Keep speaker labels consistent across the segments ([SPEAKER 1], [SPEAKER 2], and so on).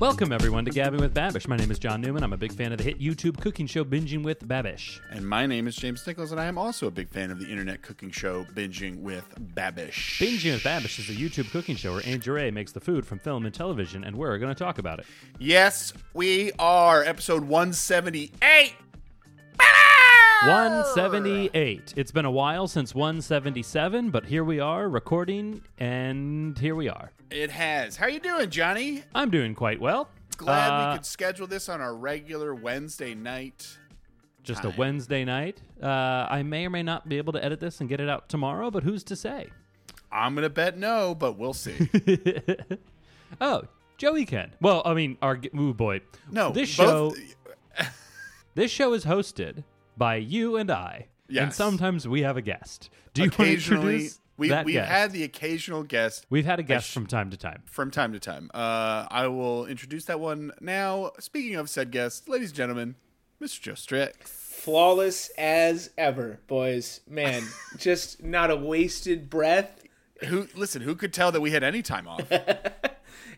[SPEAKER 1] Welcome everyone to Gabbing with Babish. My name is John Newman. I'm a big fan of the hit YouTube cooking show Binging with Babish.
[SPEAKER 2] And my name is James Nichols, and I am also a big fan of the internet cooking show Binging with Babish.
[SPEAKER 1] Binging with Babish is a YouTube cooking show where Aunt Jure makes the food from film and television, and we're going to talk about it.
[SPEAKER 2] Yes, we are. Episode 178. Oh.
[SPEAKER 1] 178. It's been a while since 177, but here we are recording, and here we are.
[SPEAKER 2] It has. How you doing, Johnny?
[SPEAKER 1] I'm doing quite well.
[SPEAKER 2] Glad we
[SPEAKER 1] Uh,
[SPEAKER 2] could schedule this on our regular Wednesday night.
[SPEAKER 1] Just a Wednesday night. Uh, I may or may not be able to edit this and get it out tomorrow, but who's to say?
[SPEAKER 2] I'm going to bet no, but we'll see.
[SPEAKER 1] Oh, Joey can. Well, I mean, our ooh boy.
[SPEAKER 2] No,
[SPEAKER 1] this show.
[SPEAKER 2] both-
[SPEAKER 1] This show is hosted by you and I. And
[SPEAKER 2] Yes.
[SPEAKER 1] sometimes we have a guest. Do you want to
[SPEAKER 2] occasionally
[SPEAKER 1] introduce
[SPEAKER 2] we
[SPEAKER 1] that
[SPEAKER 2] we've
[SPEAKER 1] guest?
[SPEAKER 2] had the occasional guest
[SPEAKER 1] We've had a guest from time to time.
[SPEAKER 2] from time to time. Uh, I will introduce that one now. Speaking of said guest, ladies and gentlemen, Mr. Joe Strix.
[SPEAKER 3] flawless as ever, boys. Man, just not a wasted breath.
[SPEAKER 2] Who listen? Who could tell that we had any time off?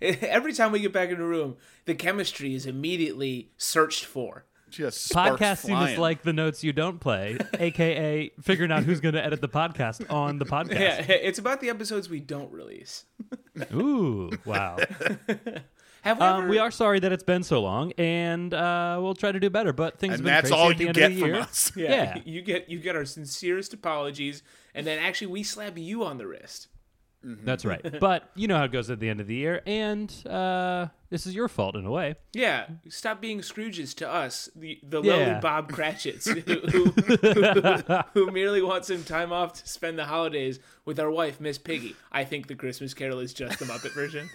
[SPEAKER 3] Every time we get back in the room, the chemistry is immediately searched for.
[SPEAKER 2] Just sparks
[SPEAKER 1] Podcasting is
[SPEAKER 2] flying.
[SPEAKER 1] like the notes you don't play, aka figuring out who's going to edit the podcast on the podcast.
[SPEAKER 3] Yeah, it's about the episodes we don't release.
[SPEAKER 1] Ooh, wow.
[SPEAKER 3] Have we
[SPEAKER 1] Um,
[SPEAKER 3] ever-
[SPEAKER 1] we are sorry that it's been so long, and uh, we'll try to do better. But things have
[SPEAKER 2] and
[SPEAKER 1] been
[SPEAKER 2] that's
[SPEAKER 1] crazy
[SPEAKER 2] all
[SPEAKER 1] at the
[SPEAKER 2] you
[SPEAKER 1] end
[SPEAKER 2] get
[SPEAKER 1] of the
[SPEAKER 2] from
[SPEAKER 1] year.
[SPEAKER 2] us.
[SPEAKER 1] Yeah.
[SPEAKER 3] You get you get our sincerest apologies, and then actually we slap you on the wrist.
[SPEAKER 1] That's right. But you know how it goes at the end of the year, and uh, this is your fault in a way.
[SPEAKER 3] Yeah, stop being Scrooges to us, the, the
[SPEAKER 1] Yeah.
[SPEAKER 3] lowly Bob Cratchits, who, who, who merely wants some time off to spend the holidays with our wife, Miss Piggy. I think the Christmas Carol is just the Muppet version.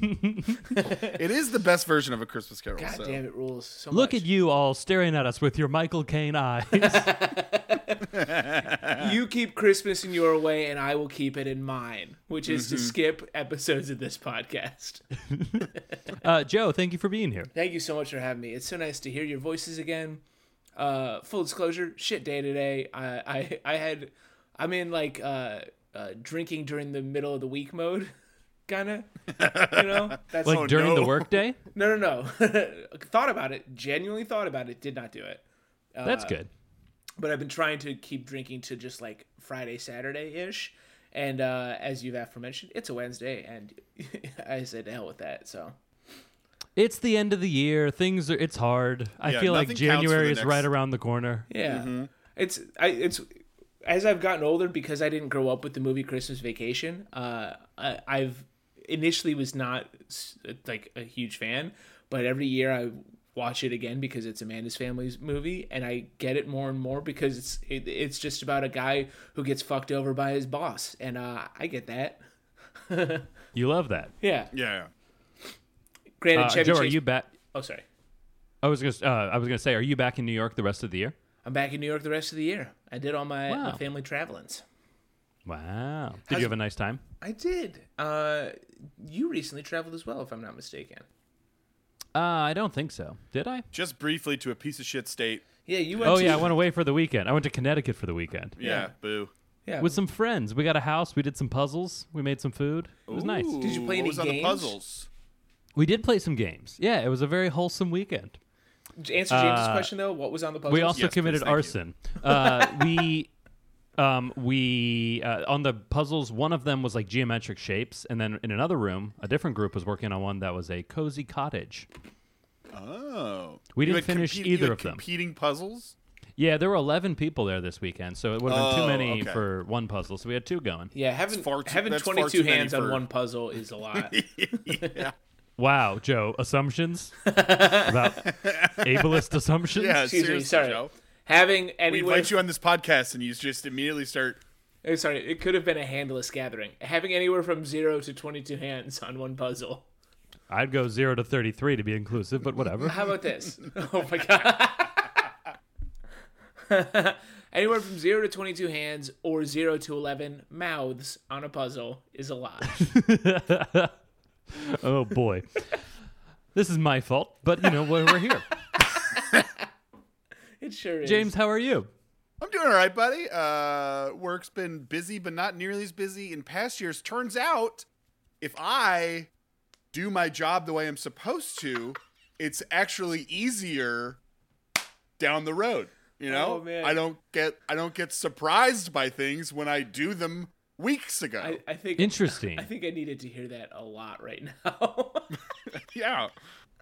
[SPEAKER 2] It is the best version of a Christmas Carol.
[SPEAKER 3] God
[SPEAKER 2] so.
[SPEAKER 3] damn it, rules so
[SPEAKER 1] Look
[SPEAKER 3] much.
[SPEAKER 1] at you all staring at us with your Michael Caine eyes.
[SPEAKER 3] You keep Christmas in your way, and I will keep it in mine, which is to skip episodes of this podcast.
[SPEAKER 1] uh, Joe, thank you for being here.
[SPEAKER 3] Thank you so much for having me. It's so nice to hear your voices again. Uh, full disclosure, shit day today. I I, I had I'm in like uh, uh, drinking during the middle of the week mode, kind of. You know, that's
[SPEAKER 1] Like
[SPEAKER 2] Oh,
[SPEAKER 1] during the
[SPEAKER 2] no.
[SPEAKER 1] workday,
[SPEAKER 3] no, no, no. thought about it, genuinely thought about it. Did not do it,
[SPEAKER 2] Uh,
[SPEAKER 1] that's good.
[SPEAKER 3] but I've been trying to keep drinking to just like Friday, Saturday ish. And uh, as you've aforementioned, it's a Wednesday, and I said, hell with that. So
[SPEAKER 1] It's the end of the year. Things are. It's hard. I
[SPEAKER 2] Yeah,
[SPEAKER 1] feel like
[SPEAKER 2] nothing counts for
[SPEAKER 1] January
[SPEAKER 2] the
[SPEAKER 1] is
[SPEAKER 2] next-
[SPEAKER 1] right around the corner.
[SPEAKER 3] Yeah. It's I it's as I've gotten older because I didn't grow up with the movie Christmas Vacation. Uh, I, I've initially was not s- like a huge fan, but every year I watch it again because it's Amanda's family's movie, and I get it more and more because it's it, it's just about a guy who gets fucked over by his boss, and uh, I get that.
[SPEAKER 1] You love that.
[SPEAKER 3] Yeah.
[SPEAKER 2] Yeah.
[SPEAKER 3] Granted,
[SPEAKER 1] Uh,
[SPEAKER 3] Chevy
[SPEAKER 1] Joe, are
[SPEAKER 3] Chase-
[SPEAKER 1] you back?
[SPEAKER 3] Oh, sorry.
[SPEAKER 1] I was gonna. Uh, I was gonna say, are you back in New York the rest of the year?
[SPEAKER 3] I'm back in New York the rest of the year. I did all my,
[SPEAKER 1] Wow.
[SPEAKER 3] my family travelings.
[SPEAKER 1] Wow. Did you have a nice time?
[SPEAKER 3] I did. Uh, you recently traveled as well, if I'm not mistaken.
[SPEAKER 1] Uh, I don't think so. Did I?
[SPEAKER 2] Just briefly to a piece of shit state.
[SPEAKER 3] Yeah, you went.
[SPEAKER 1] Oh
[SPEAKER 3] to,
[SPEAKER 1] yeah, I went away for the weekend. I went to Connecticut for the weekend
[SPEAKER 2] Yeah.
[SPEAKER 3] Yeah.
[SPEAKER 2] Boo.
[SPEAKER 3] yeah.
[SPEAKER 1] with some friends. We got a house. We did some puzzles. We made some food. It was nice.
[SPEAKER 2] Ooh,
[SPEAKER 3] Did you play
[SPEAKER 2] what
[SPEAKER 3] any
[SPEAKER 2] was on the
[SPEAKER 3] games?
[SPEAKER 2] puzzles?
[SPEAKER 1] We did play some games. Yeah, it was a very wholesome weekend.
[SPEAKER 3] Answer James' question though. What was on the puzzle?
[SPEAKER 1] uh, We also
[SPEAKER 2] Yes, please,
[SPEAKER 1] committed
[SPEAKER 2] thank you.
[SPEAKER 1] arson. Uh, we, um, we uh, on the puzzles. One of them was like geometric shapes, and then in another room, a different group was working on one that was a cozy cottage.
[SPEAKER 2] Oh.
[SPEAKER 1] We
[SPEAKER 2] You
[SPEAKER 1] didn't
[SPEAKER 2] had
[SPEAKER 1] finish
[SPEAKER 2] compete-
[SPEAKER 1] either
[SPEAKER 2] you had
[SPEAKER 1] of them.
[SPEAKER 2] Competing puzzles.
[SPEAKER 1] Yeah, there were eleven people there this weekend, so it would have been too
[SPEAKER 2] Oh,
[SPEAKER 1] many
[SPEAKER 2] okay.
[SPEAKER 1] for one puzzle. So we had two going.
[SPEAKER 3] yeah, having
[SPEAKER 2] far too-
[SPEAKER 3] having
[SPEAKER 2] that's far
[SPEAKER 3] 22
[SPEAKER 2] too many
[SPEAKER 3] hands
[SPEAKER 2] for-
[SPEAKER 3] on one puzzle is a lot.
[SPEAKER 1] Wow, Joe, assumptions about ableist assumptions.
[SPEAKER 2] Yeah.
[SPEAKER 3] Excuse me,
[SPEAKER 2] seriously,
[SPEAKER 3] sorry.
[SPEAKER 2] Joe.
[SPEAKER 3] Having
[SPEAKER 2] We
[SPEAKER 3] anywhere,
[SPEAKER 2] invite you on this podcast, and you just immediately start.
[SPEAKER 3] oh, sorry, it could have been a handless gathering. Having anywhere from zero to 22 hands on one puzzle.
[SPEAKER 1] I'd go zero to thirty-three to be inclusive, but whatever.
[SPEAKER 3] How about this? oh my god. Anywhere from zero to 22 hands or zero to 11 mouths on a puzzle is a lot.
[SPEAKER 1] Oh boy, this is my fault, but you know we're, we're here.
[SPEAKER 3] It sure is.
[SPEAKER 1] James, how are you?
[SPEAKER 2] I'm doing all right, buddy. Uh, work's been busy, but not nearly as busy in past years. Turns out, if I do my job the way I'm supposed to, it's actually easier down the road. You know,
[SPEAKER 3] Oh, man.
[SPEAKER 2] I don't get I don't get surprised by things when I do them weeks ago.
[SPEAKER 3] I, I think
[SPEAKER 1] Interesting.
[SPEAKER 3] I think I needed to hear that a lot right now.
[SPEAKER 2] yeah,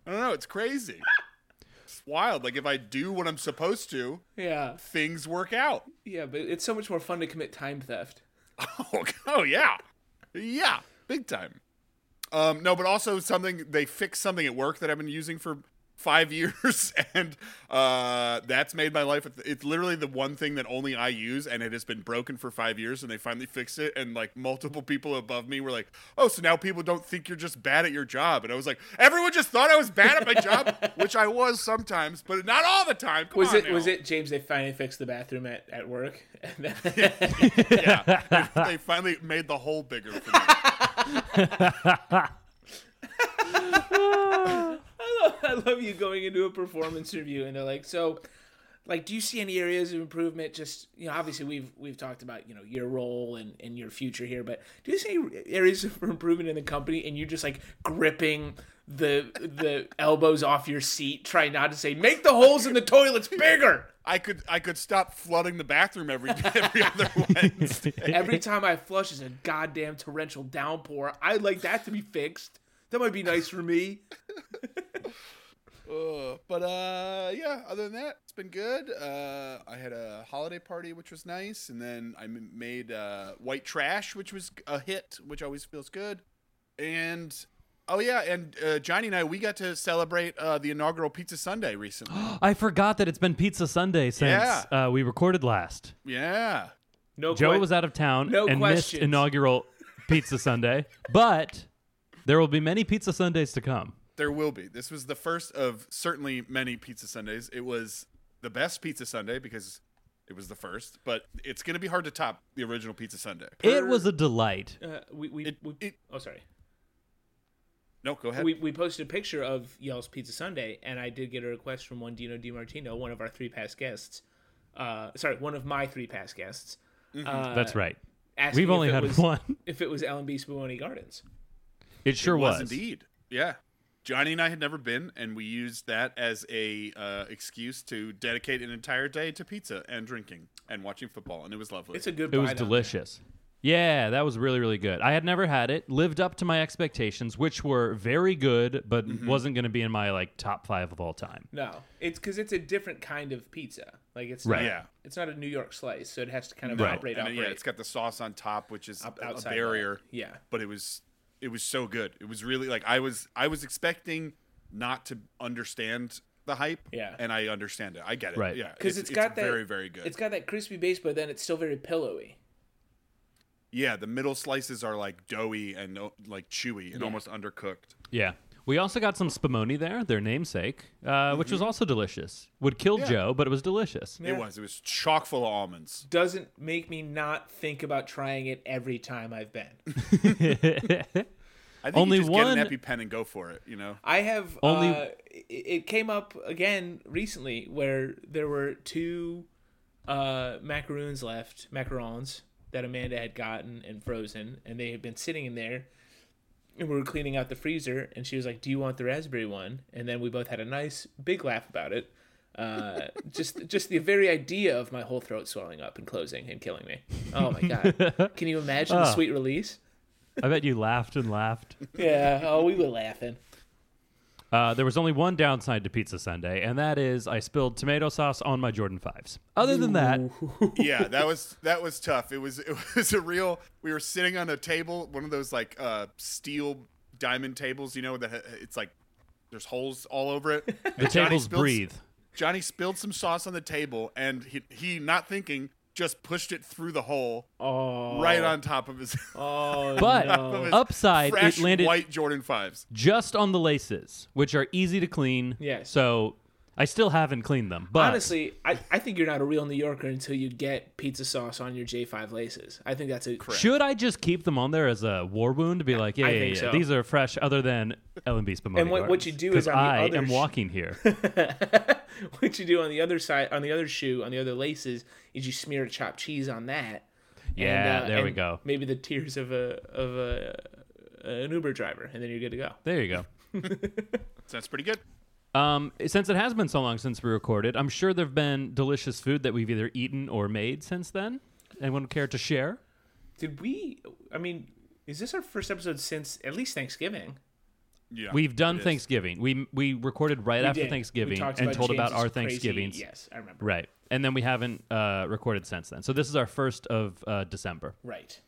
[SPEAKER 2] I don't know. It's crazy. it's wild. Like if I do what I'm supposed to,
[SPEAKER 3] yeah,
[SPEAKER 2] things work out.
[SPEAKER 3] yeah, but it's so much more fun to commit time theft.
[SPEAKER 2] Oh, oh yeah, yeah, big time. Um, no, but also something they fixed something at work that I've been using for five years, and uh, that's made my life. It's literally the one thing that only I use, and it has been broken for five years, and they finally fixed it. And like multiple people above me were like, "Oh, so now people don't think you're just bad at your job?" And I was like, "Everyone just thought I was bad at my job, which I was sometimes, but not all the time." Come
[SPEAKER 3] Was
[SPEAKER 2] on
[SPEAKER 3] it
[SPEAKER 2] now.
[SPEAKER 3] was it James? They finally fixed the bathroom at at work. And then-
[SPEAKER 2] yeah, they finally made the hole bigger for me.
[SPEAKER 3] I love you going into a performance review and they're like, so, like, do you see any areas of improvement? Just you know, obviously we've we've talked about you know your role and and your future here, but do you see any areas for improvement in the company? And you're just like gripping the the elbows off your seat, trying not to say, make the holes in the toilets bigger.
[SPEAKER 2] I could I could stop flooding the bathroom every every other Wednesday.
[SPEAKER 3] Every time I flush is a goddamn torrential downpour. I'd like that to be fixed. That might be nice for me.
[SPEAKER 2] Ugh. but uh, yeah. Other than that, it's been good. Uh, I had a holiday party, which was nice, and then I m- made uh, white trash, which was a hit, which always feels good. And oh yeah, and uh, Johnny and I we got to celebrate uh, the inaugural Pizza Sunday recently.
[SPEAKER 1] I forgot that it's been Pizza Sunday since uh, we recorded last.
[SPEAKER 2] yeah,
[SPEAKER 3] No,
[SPEAKER 1] Joe
[SPEAKER 3] que-
[SPEAKER 1] was out of town
[SPEAKER 3] No
[SPEAKER 1] and
[SPEAKER 3] questions.
[SPEAKER 1] missed inaugural Pizza Sunday, but there will be many Pizza Sundays to come.
[SPEAKER 2] there will be. This was the first of certainly many Pizza Sundays. It was the best Pizza Sunday because. It was the first, but it's going to be hard to top the original Pizza Sunday.
[SPEAKER 1] It was a delight.
[SPEAKER 3] Uh, we we,
[SPEAKER 2] It-
[SPEAKER 3] we
[SPEAKER 2] it-
[SPEAKER 3] oh sorry.
[SPEAKER 2] No, go ahead.
[SPEAKER 3] we, we posted a picture of Y'all's Pizza Sunday, and I did get a request from one Dino DiMartino, one of our three past guests. Uh, sorry, one of my three past guests.
[SPEAKER 2] Mm-hmm.
[SPEAKER 3] Uh,
[SPEAKER 1] That's right.
[SPEAKER 3] asking
[SPEAKER 1] We've
[SPEAKER 3] if
[SPEAKER 1] only
[SPEAKER 3] it
[SPEAKER 1] had
[SPEAKER 3] was-
[SPEAKER 1] one.
[SPEAKER 3] If it was Ellen B. Spumoni Gardens.
[SPEAKER 1] It sure
[SPEAKER 2] was indeed. Yeah. Johnny and I had never been, and we used that as a uh, excuse to dedicate an entire day to pizza and drinking and watching football, and it was lovely.
[SPEAKER 3] It's a good.
[SPEAKER 1] It
[SPEAKER 3] buy
[SPEAKER 1] was
[SPEAKER 3] down there.
[SPEAKER 1] delicious. Yeah, that was really, really good. I had never had it, lived up to my expectations, which were very good, but wasn't going to be in my like top five of all time.
[SPEAKER 3] No, it's because it's a different kind of pizza. Like it's
[SPEAKER 1] Right.
[SPEAKER 3] Not,
[SPEAKER 2] Yeah.
[SPEAKER 3] It's not a New York slice, so it has to kind of
[SPEAKER 1] Right.
[SPEAKER 3] operate
[SPEAKER 2] and then,
[SPEAKER 3] operate
[SPEAKER 2] yeah, it's got the sauce on top, which is
[SPEAKER 3] up-
[SPEAKER 2] a- a
[SPEAKER 3] outside that.
[SPEAKER 2] barrier.
[SPEAKER 3] Yeah.
[SPEAKER 2] but it was it was so good. It was really like I was I was expecting not to understand the hype.
[SPEAKER 3] Yeah.
[SPEAKER 2] and I understand it. I get it.
[SPEAKER 1] Right.
[SPEAKER 2] Yeah,
[SPEAKER 3] Because it's got that
[SPEAKER 2] very very good.
[SPEAKER 3] It's got that crispy base, but then it's still very pillowy.
[SPEAKER 2] yeah, the middle slices are like doughy and uh, like chewy and almost undercooked.
[SPEAKER 1] Yeah. We also got some spumoni there, their namesake, uh, which
[SPEAKER 3] Mm-hmm.
[SPEAKER 1] was also delicious. Would kill Joe, but it was delicious.
[SPEAKER 2] It was. It was chock full of almonds.
[SPEAKER 3] Doesn't make me not think about trying it every time I've been.
[SPEAKER 2] I think Only
[SPEAKER 1] Only
[SPEAKER 2] you just
[SPEAKER 1] one-
[SPEAKER 2] get an EpiPen and go for it, you know?
[SPEAKER 3] I have
[SPEAKER 1] Only-
[SPEAKER 3] only. Uh, it, it came up again recently where there were two uh, macaroons left, macarons that Amanda had gotten and frozen, and they had been sitting in there. And we were cleaning out the freezer, and she was like, "Do you want the raspberry one?" And then we both had a nice big laugh about it. Uh, just, just the very idea of my whole throat swelling up and closing and killing me. Oh my god! Can you imagine the sweet release?
[SPEAKER 1] I bet you laughed and laughed.
[SPEAKER 3] Yeah. Oh, we were laughing.
[SPEAKER 1] Uh, there was only one downside to Pizza Sunday, and that is I spilled tomato sauce on my Jordan 5s. Other than that,
[SPEAKER 2] yeah, that was that was tough. It was it was a real we were sitting on a table, one of those like uh steel diamond tables, you know, that ha- it's like there's holes all over it.
[SPEAKER 1] the tables
[SPEAKER 2] spilled,
[SPEAKER 1] breathe.
[SPEAKER 2] Johnny spilled some sauce on the table and he, he not thinking just pushed it through the hole
[SPEAKER 3] Oh.
[SPEAKER 2] right on top of his,
[SPEAKER 3] Oh.
[SPEAKER 1] But
[SPEAKER 3] no.
[SPEAKER 2] of his
[SPEAKER 1] upside,
[SPEAKER 2] fresh
[SPEAKER 1] it landed
[SPEAKER 2] white Jordan 5s.
[SPEAKER 1] just on the laces, which are easy to clean.
[SPEAKER 3] Yes.
[SPEAKER 1] So I still haven't cleaned them. But
[SPEAKER 3] Honestly, I, I think you're not a real New Yorker until you get pizza sauce on your J5 laces. I think that's a
[SPEAKER 1] should I just keep them on there as a war wound to be like, yeah,
[SPEAKER 3] I
[SPEAKER 1] yeah,
[SPEAKER 3] think
[SPEAKER 1] yeah,
[SPEAKER 3] so.
[SPEAKER 1] these are fresh other than L&B Spumoni
[SPEAKER 3] And what- what
[SPEAKER 1] Gardens,
[SPEAKER 3] you do
[SPEAKER 1] 'cause
[SPEAKER 3] is on the
[SPEAKER 1] I
[SPEAKER 3] other
[SPEAKER 1] am
[SPEAKER 3] sh-
[SPEAKER 1] walking here.
[SPEAKER 3] what you do on the other side, on the other shoe, on the other laces, is you smear chopped cheese on that. uh,
[SPEAKER 1] Yeah, there we go.
[SPEAKER 3] Maybe the tears of a of a an Uber driver, and then you're good to go.
[SPEAKER 1] There you go.
[SPEAKER 2] Sounds pretty good.
[SPEAKER 1] Um, since it has been so long since we recorded, I'm sure there've been delicious food that we've either eaten or made since then. Anyone care to share?
[SPEAKER 3] Did we? I mean, is this our first episode since at least Thanksgiving?
[SPEAKER 2] Yeah,
[SPEAKER 1] We've done
[SPEAKER 2] it is.
[SPEAKER 1] Thanksgiving. We we recorded right after
[SPEAKER 3] did. We
[SPEAKER 1] Thanksgiving
[SPEAKER 3] talked
[SPEAKER 1] and told about
[SPEAKER 3] James's
[SPEAKER 1] our
[SPEAKER 3] crazy-
[SPEAKER 1] Thanksgivings.
[SPEAKER 3] Yes, I remember.
[SPEAKER 1] Right. And then we haven't uh, recorded since then. So this is our first of uh, December.
[SPEAKER 3] Right.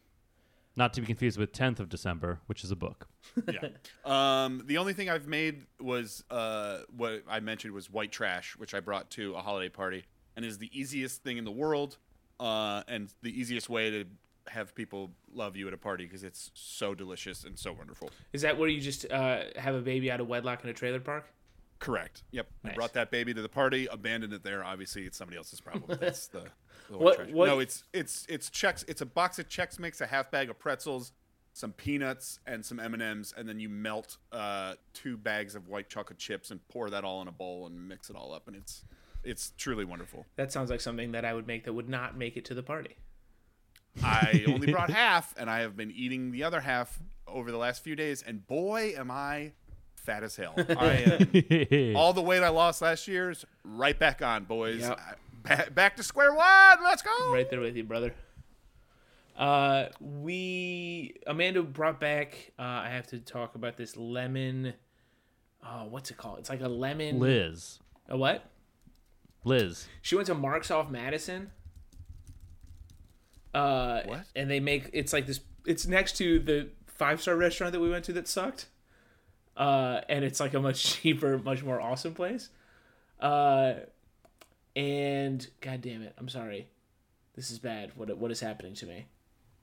[SPEAKER 1] Not to be confused with 10th of December, which is a book.
[SPEAKER 2] yeah. Um, the only thing I've made was uh, what I mentioned was white trash, which I brought to a holiday party, and is the easiest thing in the world, uh, and the easiest way to have people love you at a party because it's so delicious and so wonderful.
[SPEAKER 3] Is that where you just uh, have a baby out of wedlock in a trailer park?
[SPEAKER 2] Correct. Yep. I
[SPEAKER 3] Nice.
[SPEAKER 2] brought that baby to the party, abandoned it there. Obviously, it's somebody else's problem. That's the, the white
[SPEAKER 3] What-
[SPEAKER 2] trash.
[SPEAKER 3] what-
[SPEAKER 2] No, it's it's it's checks. It's a box of checks mix, a half bag of pretzels, some peanuts, and some M and M's, and then you melt uh, two bags of white chocolate chips and pour that all in a bowl and mix it all up, and it's it's truly wonderful.
[SPEAKER 3] That sounds like something that I would make that would not make it to the party.
[SPEAKER 2] I only brought half, and I have been eating the other half over the last few days, and boy, am I fat as hell. I am. all the weight I lost last year's right back on, boys.
[SPEAKER 3] Yep.
[SPEAKER 2] I- ba- back to square one. Let's go.
[SPEAKER 3] Right there with you, brother. Uh, we Amanda brought back. Uh, I have to talk about this lemon. Oh, what's it called? It's like a lemon.
[SPEAKER 1] Liz.
[SPEAKER 3] A what?
[SPEAKER 1] Liz.
[SPEAKER 3] She went to Marks off Madison. Uh,
[SPEAKER 2] What?
[SPEAKER 3] And they make it's like this. It's next to the five star restaurant that we went to that sucked. Uh, and it's like a much cheaper, much more awesome place. Uh, and god damn it, I'm sorry. This is bad. What what is happening to me?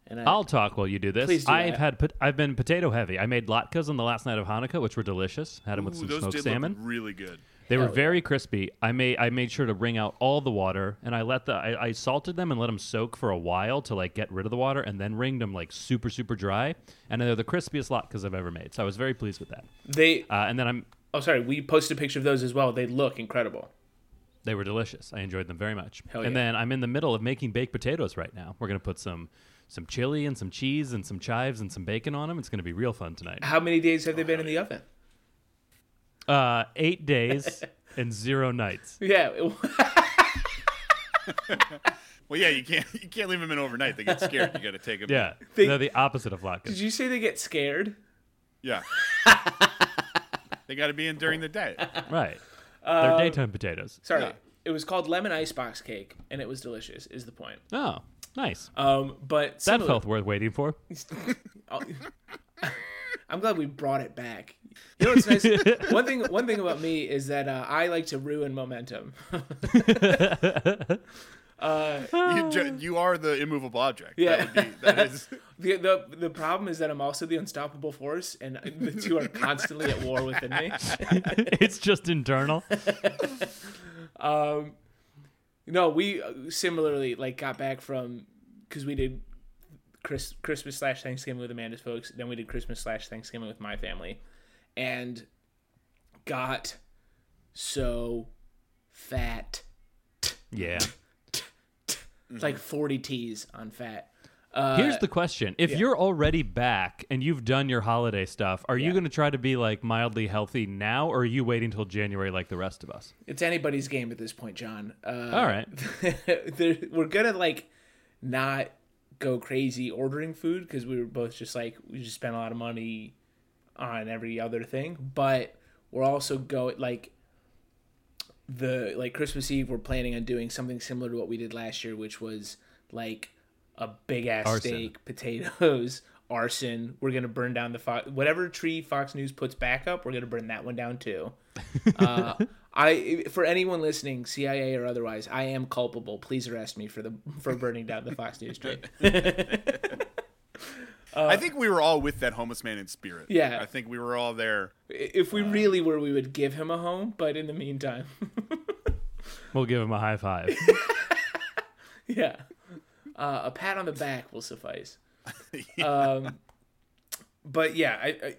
[SPEAKER 3] And I,
[SPEAKER 1] I'll talk while you do this.
[SPEAKER 3] Please do
[SPEAKER 1] I've
[SPEAKER 3] that.
[SPEAKER 1] had pot- I've been potato heavy. I made latkes on the last night of Hanukkah, which were delicious. Had them with
[SPEAKER 2] Ooh,
[SPEAKER 1] some
[SPEAKER 2] those
[SPEAKER 1] smoked
[SPEAKER 2] did
[SPEAKER 1] salmon.
[SPEAKER 2] look really good.
[SPEAKER 1] They were
[SPEAKER 3] Hell yeah.
[SPEAKER 1] very crispy. I made I made sure to wring out all the water, and I let the I, I salted them and let them soak for a while to like get rid of the water, and then wringed them like super super dry. And they're the crispiest latkes I've ever made, so I was very pleased with that.
[SPEAKER 3] they.
[SPEAKER 1] Uh, and then I'm
[SPEAKER 3] Oh, sorry. We posted a picture of those as well. They look incredible.
[SPEAKER 1] they were delicious. I enjoyed them very much.
[SPEAKER 3] Hell
[SPEAKER 1] And
[SPEAKER 3] yeah.
[SPEAKER 1] then I'm in the middle of making baked potatoes right now. We're gonna put some some chili and some cheese and some chives and some bacon on them. It's gonna be real fun tonight.
[SPEAKER 3] How many days have they been in the oven?
[SPEAKER 1] Uh, eight days and zero nights.
[SPEAKER 3] Yeah.
[SPEAKER 2] Well, yeah, you can't you can't leave them in overnight. They get scared. You got to take them.
[SPEAKER 1] Yeah,
[SPEAKER 3] They-
[SPEAKER 1] they're the opposite of latkes.
[SPEAKER 3] Did you say they get scared?
[SPEAKER 2] Yeah. they got to be in during the day.
[SPEAKER 1] right.
[SPEAKER 3] Um,
[SPEAKER 1] They're daytime potatoes.
[SPEAKER 3] Sorry.
[SPEAKER 2] Yeah.
[SPEAKER 3] It was called lemon icebox cake, and it was delicious. Is the point?
[SPEAKER 1] Oh, nice.
[SPEAKER 3] Um, but
[SPEAKER 1] that
[SPEAKER 3] similar-
[SPEAKER 1] felt worth waiting for.
[SPEAKER 3] I'm glad we brought it back. You know what's nice? one thing. One thing about me is that uh, I like to ruin momentum.
[SPEAKER 2] You, ju- you are the immovable object.
[SPEAKER 3] Yeah.
[SPEAKER 2] That, would be, that is.
[SPEAKER 3] The, the the problem is that I'm also the unstoppable force, and the two are constantly at war within me.
[SPEAKER 1] it's just internal.
[SPEAKER 3] No, we uh, similarly like got back from because we did Chris, Christmas slash Thanksgiving with Amanda's folks. Then we did Christmas slash Thanksgiving with my family, and got so fat,
[SPEAKER 1] Yeah. Mm-hmm.
[SPEAKER 3] like forty T's on fat.
[SPEAKER 1] Here's the question. If you're already back and you've done your holiday stuff, are you going to try to be like mildly healthy now or are you waiting till January like the rest of us?
[SPEAKER 3] It's anybody's game at this point, John. Uh,
[SPEAKER 1] All right.
[SPEAKER 3] there- we're gonna like not go crazy ordering food because we were both just like we just spent a lot of money on every other thing but we're also go like the like christmas eve we're planning on doing something similar to what we did last year which was like a big ass
[SPEAKER 1] Arson.
[SPEAKER 3] steak potatoes arson we're gonna burn down the fox whatever tree fox news puts back up we're gonna burn that one down too uh, I for anyone listening, CIA or otherwise, I am culpable. Please arrest me for the for burning down the Fox News tree.
[SPEAKER 2] I think we were all with that homeless man in spirit.
[SPEAKER 3] Uh, Yeah.
[SPEAKER 2] I think we were all there.
[SPEAKER 3] if we really were, we would give him a home. But in the meantime,
[SPEAKER 1] We'll give him a high five.
[SPEAKER 3] yeah, uh, a pat on the back will suffice. Um, but yeah, I. I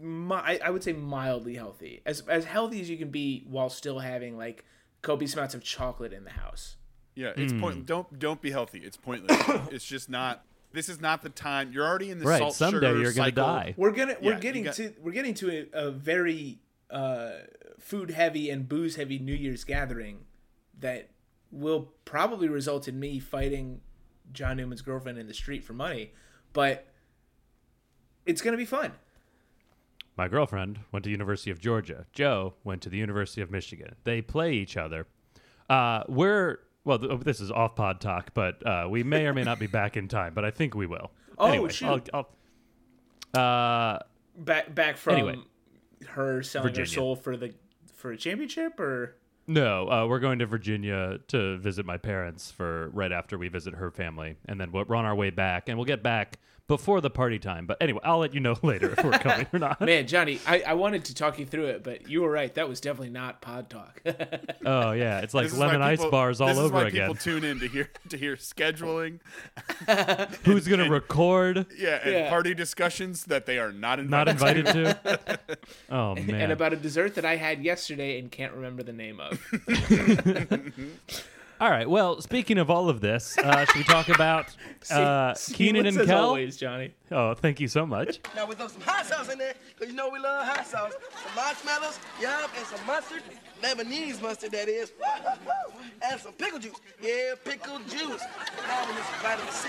[SPEAKER 3] my, I- I would say mildly healthy, as as healthy as you can be while still having like copious amounts of chocolate in the house.
[SPEAKER 1] Hmm.
[SPEAKER 2] Yeah, it's point. Don't don't be healthy. It's pointless. it's just not. This is not the time. You're already in the
[SPEAKER 1] Right,
[SPEAKER 2] salt
[SPEAKER 1] someday
[SPEAKER 2] sugar
[SPEAKER 1] you're gonna
[SPEAKER 2] cycle.
[SPEAKER 1] die.
[SPEAKER 3] We're gonna we're
[SPEAKER 2] Yeah, you
[SPEAKER 3] getting
[SPEAKER 2] got-
[SPEAKER 3] to we're getting to a, a very uh, food heavy and booze heavy New Year's gathering that will probably result in me fighting John Newman's girlfriend in the street for money, but it's gonna be fun.
[SPEAKER 1] My girlfriend went to University of Georgia. Joe went to the University of Michigan. They play each other. Uh, we're well. Th- oh, this is off pod talk, but uh, we may or may not be back in time. But I think we will.
[SPEAKER 3] Oh,
[SPEAKER 1] anyway,
[SPEAKER 3] shoot.
[SPEAKER 1] I'll, I'll, uh,
[SPEAKER 3] Back back from
[SPEAKER 1] Anyway.
[SPEAKER 3] her selling her
[SPEAKER 1] Virginia.
[SPEAKER 3] soul for the for a championship or
[SPEAKER 1] no, uh, we're going to Virginia to visit my parents for right after we visit her family, and then we're we're on our way back, and we'll get back before the party time. But anyway, I'll let you know later if we're coming or not.
[SPEAKER 3] man Johnny I, I wanted to talk you through it but you were right that was definitely not pod talk
[SPEAKER 1] Oh yeah, it's
[SPEAKER 2] This
[SPEAKER 1] like
[SPEAKER 2] is why
[SPEAKER 1] lemon ice
[SPEAKER 2] people-
[SPEAKER 1] bars all
[SPEAKER 2] this is
[SPEAKER 1] over
[SPEAKER 2] why
[SPEAKER 1] again.
[SPEAKER 2] People tune in to hear to hear scheduling,
[SPEAKER 1] Who's gonna record?
[SPEAKER 2] yeah, and
[SPEAKER 3] Yeah.
[SPEAKER 2] party discussions that they are not invited.
[SPEAKER 1] Not
[SPEAKER 2] to.
[SPEAKER 1] invited to. Oh man.
[SPEAKER 3] and about a dessert that I had yesterday and can't remember the name of
[SPEAKER 1] All right. Well, speaking of all of this, uh, should we talk about uh, Keenan
[SPEAKER 3] Seamless
[SPEAKER 1] and
[SPEAKER 3] as
[SPEAKER 1] Kel?
[SPEAKER 3] always, Johnny.
[SPEAKER 1] Oh, thank you so much.
[SPEAKER 4] Now we throw some hot sauce in there, cause you know we love hot sauce. Some marshmallows, yup, and some mustard, Lebanese mustard that is, and some pickle juice. Yeah, pickle juice. Now we need some vitamin C.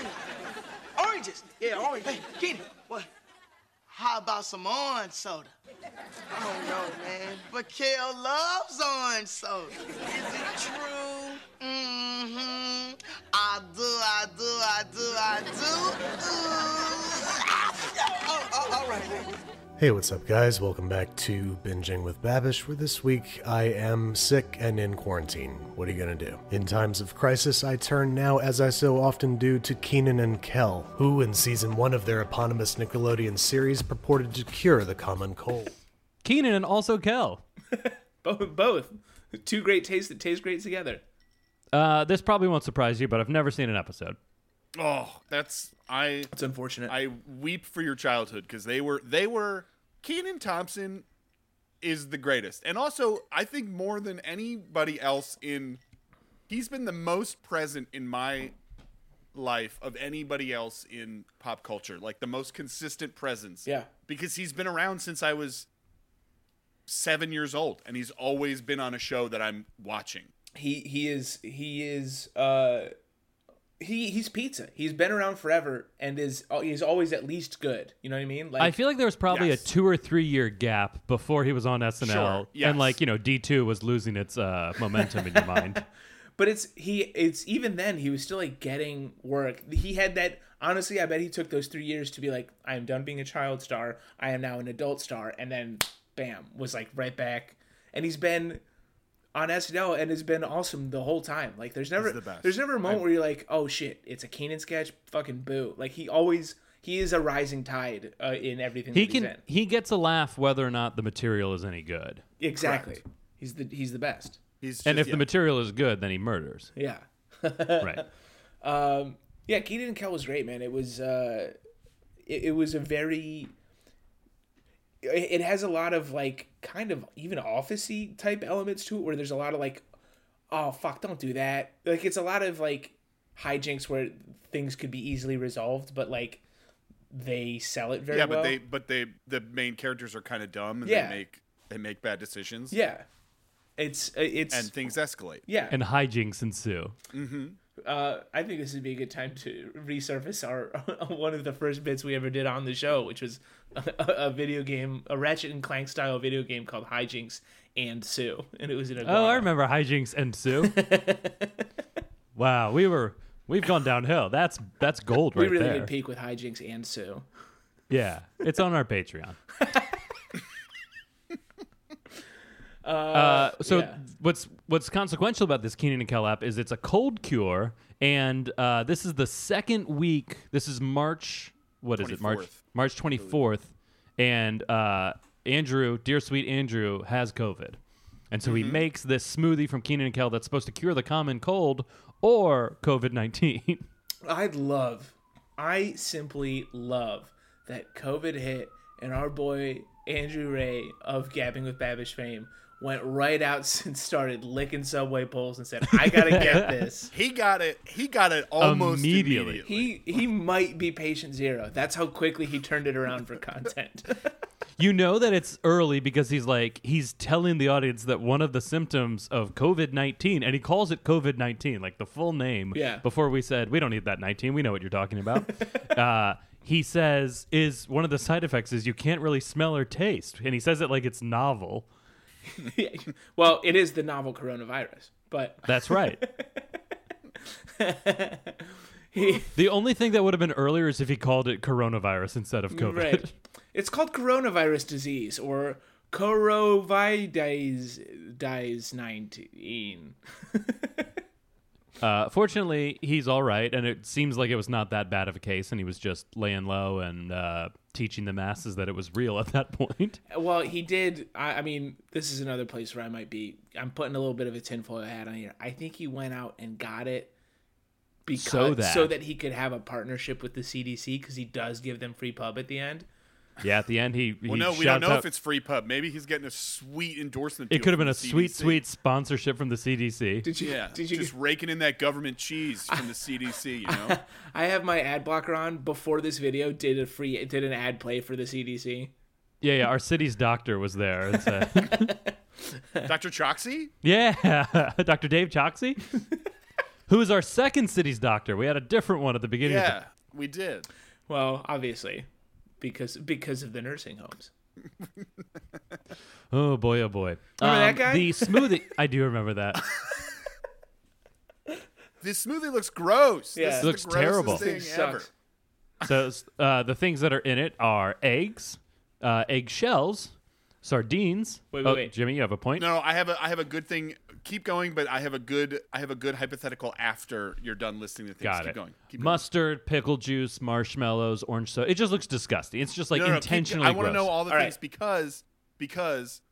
[SPEAKER 4] Oranges, yeah, orange. Hey, Kitty, what? How about some orange soda? I don't know, man. But Kale loves orange soda. Is it true? Mm-hmm. I do, I do, I do, I do. Ooh. Oh, oh, all right.
[SPEAKER 5] Hey, what's up, guys? Welcome back to Binging with Babish, where this week I am sick and in quarantine. What are you gonna do? In times of crisis, I turn now, as I so often do, to Keenan and Kel, who, in season one of their eponymous Nickelodeon series, purported to cure the common cold.
[SPEAKER 1] Keenan and also Kel.
[SPEAKER 3] Both, both. Two great tastes that taste great together.
[SPEAKER 1] Uh, this probably won't surprise you, but I've never seen an episode.
[SPEAKER 2] Oh, that's I.
[SPEAKER 3] It's unfortunate.
[SPEAKER 2] I weep for your childhood because they were they were Keenan Thompson is the greatest, and also I think more than anybody else in he's been the most present in my life of anybody else in pop culture, like the most consistent presence.
[SPEAKER 3] Yeah.
[SPEAKER 2] because he's been around since I was seven years old, and he's always been on a show that I'm watching.
[SPEAKER 3] he he is he is uh he he's pizza. He's been around forever and is he's always at least good. You know what I mean? Like
[SPEAKER 1] I feel like there was probably
[SPEAKER 2] Yes.
[SPEAKER 1] a two or three year gap before he was on SNL,
[SPEAKER 2] Sure, yes.
[SPEAKER 1] and like you know, D two was losing its uh, momentum in your mind.
[SPEAKER 3] but it's he it's even then he was still like getting work. He had that honestly, I bet he took those 3 years to be like I am done being a child star. I am now an adult star and then bam was like right back and he's been on SNL and has been awesome the whole time. Like there's never
[SPEAKER 2] the best.
[SPEAKER 3] there's never a moment where you're like, oh shit, it's a Keenan sketch, fucking boo. Like he always he is a rising tide uh, in everything
[SPEAKER 1] He
[SPEAKER 3] that he's
[SPEAKER 1] can
[SPEAKER 3] in.
[SPEAKER 1] he gets a laugh whether or not the material is any good.
[SPEAKER 3] Exactly. He's the he's the best.
[SPEAKER 2] He's
[SPEAKER 1] And if
[SPEAKER 2] just-
[SPEAKER 1] the
[SPEAKER 2] yeah.
[SPEAKER 1] material is good, then he murders.
[SPEAKER 3] Yeah.
[SPEAKER 1] right.
[SPEAKER 3] Um, Yeah, Keenan and Kel was great, man. It was uh it, it was a very it, it has a lot of like kind of even officey type elements to it where there's a lot of like oh fuck, don't do that. Like it's a lot of like hijinks where things could be easily resolved, but like they sell it very
[SPEAKER 2] yeah,
[SPEAKER 3] well.
[SPEAKER 2] but they but they the main characters are kind of dumb and
[SPEAKER 3] Yeah.
[SPEAKER 2] they make they make bad decisions.
[SPEAKER 3] Yeah. It's uh, it's
[SPEAKER 2] and things escalate.
[SPEAKER 3] yeah.
[SPEAKER 1] And hijinks ensue.
[SPEAKER 3] Uh, I think this would be a good time to resurface our one of the first bits we ever did on the show, which was a, a video game, a Ratchet and Clank style video game called Hijinks and Sue, and it was in a.
[SPEAKER 1] Oh, I remember hijinks and Sue. wow, we were we've gone downhill. That's that's gold
[SPEAKER 3] We
[SPEAKER 1] right
[SPEAKER 3] really
[SPEAKER 1] there.
[SPEAKER 3] did peak with Hijinks and Sue.
[SPEAKER 1] yeah, it's on our Patreon. uh, so
[SPEAKER 3] yeah.
[SPEAKER 1] what's what's consequential about this Keenan and Kel app is it's a cold cure, and uh, this is the second week. This is March. What is it? March
[SPEAKER 2] 24th,
[SPEAKER 1] March twenty fourth, and uh, Andrew, dear sweet Andrew, has COVID, and so he makes this smoothie from Keenan and Kel that's supposed to cure the common cold or COVID nineteen.
[SPEAKER 3] I love, I simply love that COVID hit and our boy Andrew Ray of Gabbing with Babish fame went right out and started licking subway poles and said, "I gotta get this."
[SPEAKER 2] He got it. He got it almost
[SPEAKER 1] Immediately.
[SPEAKER 2] immediately.
[SPEAKER 3] He he might be patient zero. That's how quickly he turned it around for content.
[SPEAKER 1] You know that it's early because he's like he's telling the audience that one of the symptoms of COVID nineteen, and he calls it COVID nineteen, like the full name.
[SPEAKER 3] Yeah.
[SPEAKER 1] Before we said we don't need that nineteen, we know what you're talking about. uh, he says is one of the side effects is you can't really smell or taste, and he says it like it's novel.
[SPEAKER 3] Yeah. well, it is the novel coronavirus, but
[SPEAKER 1] That's right. the only thing that would have been earlier is if he called it coronavirus instead of COVID.
[SPEAKER 3] right. It's called coronavirus disease or coronavirus 19.
[SPEAKER 1] Uh, fortunately, he's all right, and it seems like it was not that bad of a case, and he was just laying low and uh, teaching the masses that it was real at that point.
[SPEAKER 3] Well, he did. I, I mean, this is another place where I might be. I'm putting a little bit of a tinfoil hat on here. I think he went out and got it because
[SPEAKER 1] So that-
[SPEAKER 3] he could have a partnership with the CDC because he does give them free pub at the end.
[SPEAKER 1] yeah, at the end, he, he
[SPEAKER 2] Well, no, we
[SPEAKER 1] shouts
[SPEAKER 2] don't know
[SPEAKER 1] out-
[SPEAKER 2] if it's free pub. Maybe he's getting a sweet endorsement.
[SPEAKER 1] It
[SPEAKER 2] deal
[SPEAKER 1] could have
[SPEAKER 2] from
[SPEAKER 1] been a
[SPEAKER 2] the
[SPEAKER 1] sweet,
[SPEAKER 2] CDC.
[SPEAKER 1] sweet sponsorship from the CDC.
[SPEAKER 3] Did you?
[SPEAKER 2] Yeah,
[SPEAKER 3] Did you?
[SPEAKER 2] just raking in that government cheese from the CDC? You know,
[SPEAKER 3] I have my ad blocker on before this video. Did a free did an ad play for the CDC?
[SPEAKER 1] yeah, yeah, our city's doctor was there. And said,
[SPEAKER 2] Dr. Choxy.
[SPEAKER 1] yeah, Dr. Dave Choksi, who is our second city's doctor. We had a different one at the beginning. of the-
[SPEAKER 2] Yeah, we did.
[SPEAKER 3] Well, obviously, because because of the nursing homes.
[SPEAKER 1] Oh boy, oh boy.
[SPEAKER 3] Remember that guy?
[SPEAKER 1] The smoothie. I do remember that.
[SPEAKER 2] This smoothie looks gross.
[SPEAKER 3] Yeah.
[SPEAKER 2] this is
[SPEAKER 3] It
[SPEAKER 1] looks
[SPEAKER 2] the grossest
[SPEAKER 1] terrible.
[SPEAKER 2] Thing
[SPEAKER 3] Thing
[SPEAKER 2] ever.
[SPEAKER 3] sucks.
[SPEAKER 1] So uh, the things that are in it are eggs, uh, eggshells, sardines.
[SPEAKER 3] Wait, wait,
[SPEAKER 1] Oh,
[SPEAKER 3] wait.
[SPEAKER 1] Jimmy, you have a point.
[SPEAKER 2] No, no, I have a I have a good thing. Keep going, but I have a good I have a good hypothetical after you're done listing the things.
[SPEAKER 1] Got
[SPEAKER 2] keep
[SPEAKER 1] it.
[SPEAKER 2] going. Keep going.
[SPEAKER 1] Mustard, pickle juice, marshmallows, orange soda. It just looks disgusting. It's just like
[SPEAKER 2] No, no, no, keep-
[SPEAKER 1] intentionally.
[SPEAKER 2] I want to
[SPEAKER 1] gross.
[SPEAKER 2] know all the
[SPEAKER 3] All right.
[SPEAKER 2] things because because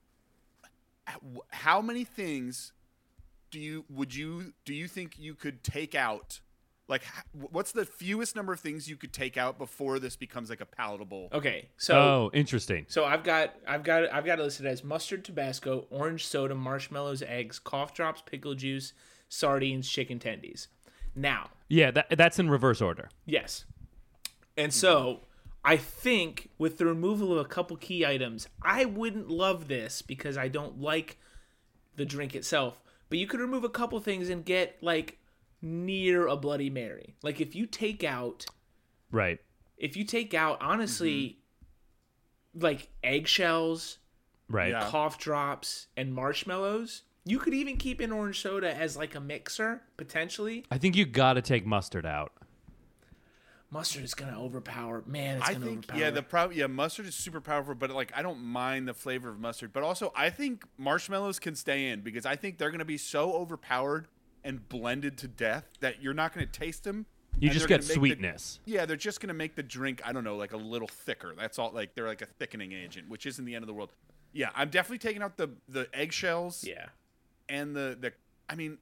[SPEAKER 2] h- how many things do you would you do you think you could take out? Like, h- what's the fewest number of things you could take out before this becomes like a palatable?
[SPEAKER 3] Okay, so
[SPEAKER 1] Oh, interesting.
[SPEAKER 3] So I've got I've got I've got it listed as mustard, Tabasco, orange soda, marshmallows, eggs, cough drops, pickle juice, sardines, chicken tendies. Now,
[SPEAKER 1] Yeah, that, that's in reverse order.
[SPEAKER 3] yes. And so I think with the removal of a couple key items, I wouldn't love this because I don't like the drink itself, but you could remove a couple things and get like near a bloody mary. Like if you take out
[SPEAKER 1] Right.
[SPEAKER 3] if you take out honestly like eggshells
[SPEAKER 1] Right.
[SPEAKER 2] Mm-hmm. Yeah.
[SPEAKER 3] cough drops and marshmallows. You could even keep in orange soda as like a mixer potentially.
[SPEAKER 1] I think you got to take mustard out.
[SPEAKER 3] Mustard is gonna overpower. Man, it's
[SPEAKER 2] I
[SPEAKER 3] gonna
[SPEAKER 2] think
[SPEAKER 3] overpower.
[SPEAKER 2] yeah, the prob- yeah mustard is super powerful, but like I don't mind the flavor of mustard. But also, I think marshmallows can stay in because I think they're gonna be so overpowered and blended to death that you're not gonna taste them.
[SPEAKER 1] You
[SPEAKER 2] and
[SPEAKER 1] just
[SPEAKER 2] they're
[SPEAKER 1] get
[SPEAKER 2] gonna make the-
[SPEAKER 1] sweetness.
[SPEAKER 2] yeah, they're just gonna make the drink I don't know like a little thicker. That's all. Like they're like a thickening agent, which isn't the end of the world. Yeah, I'm definitely taking out the the eggshells
[SPEAKER 3] yeah.
[SPEAKER 2] and the the I mean,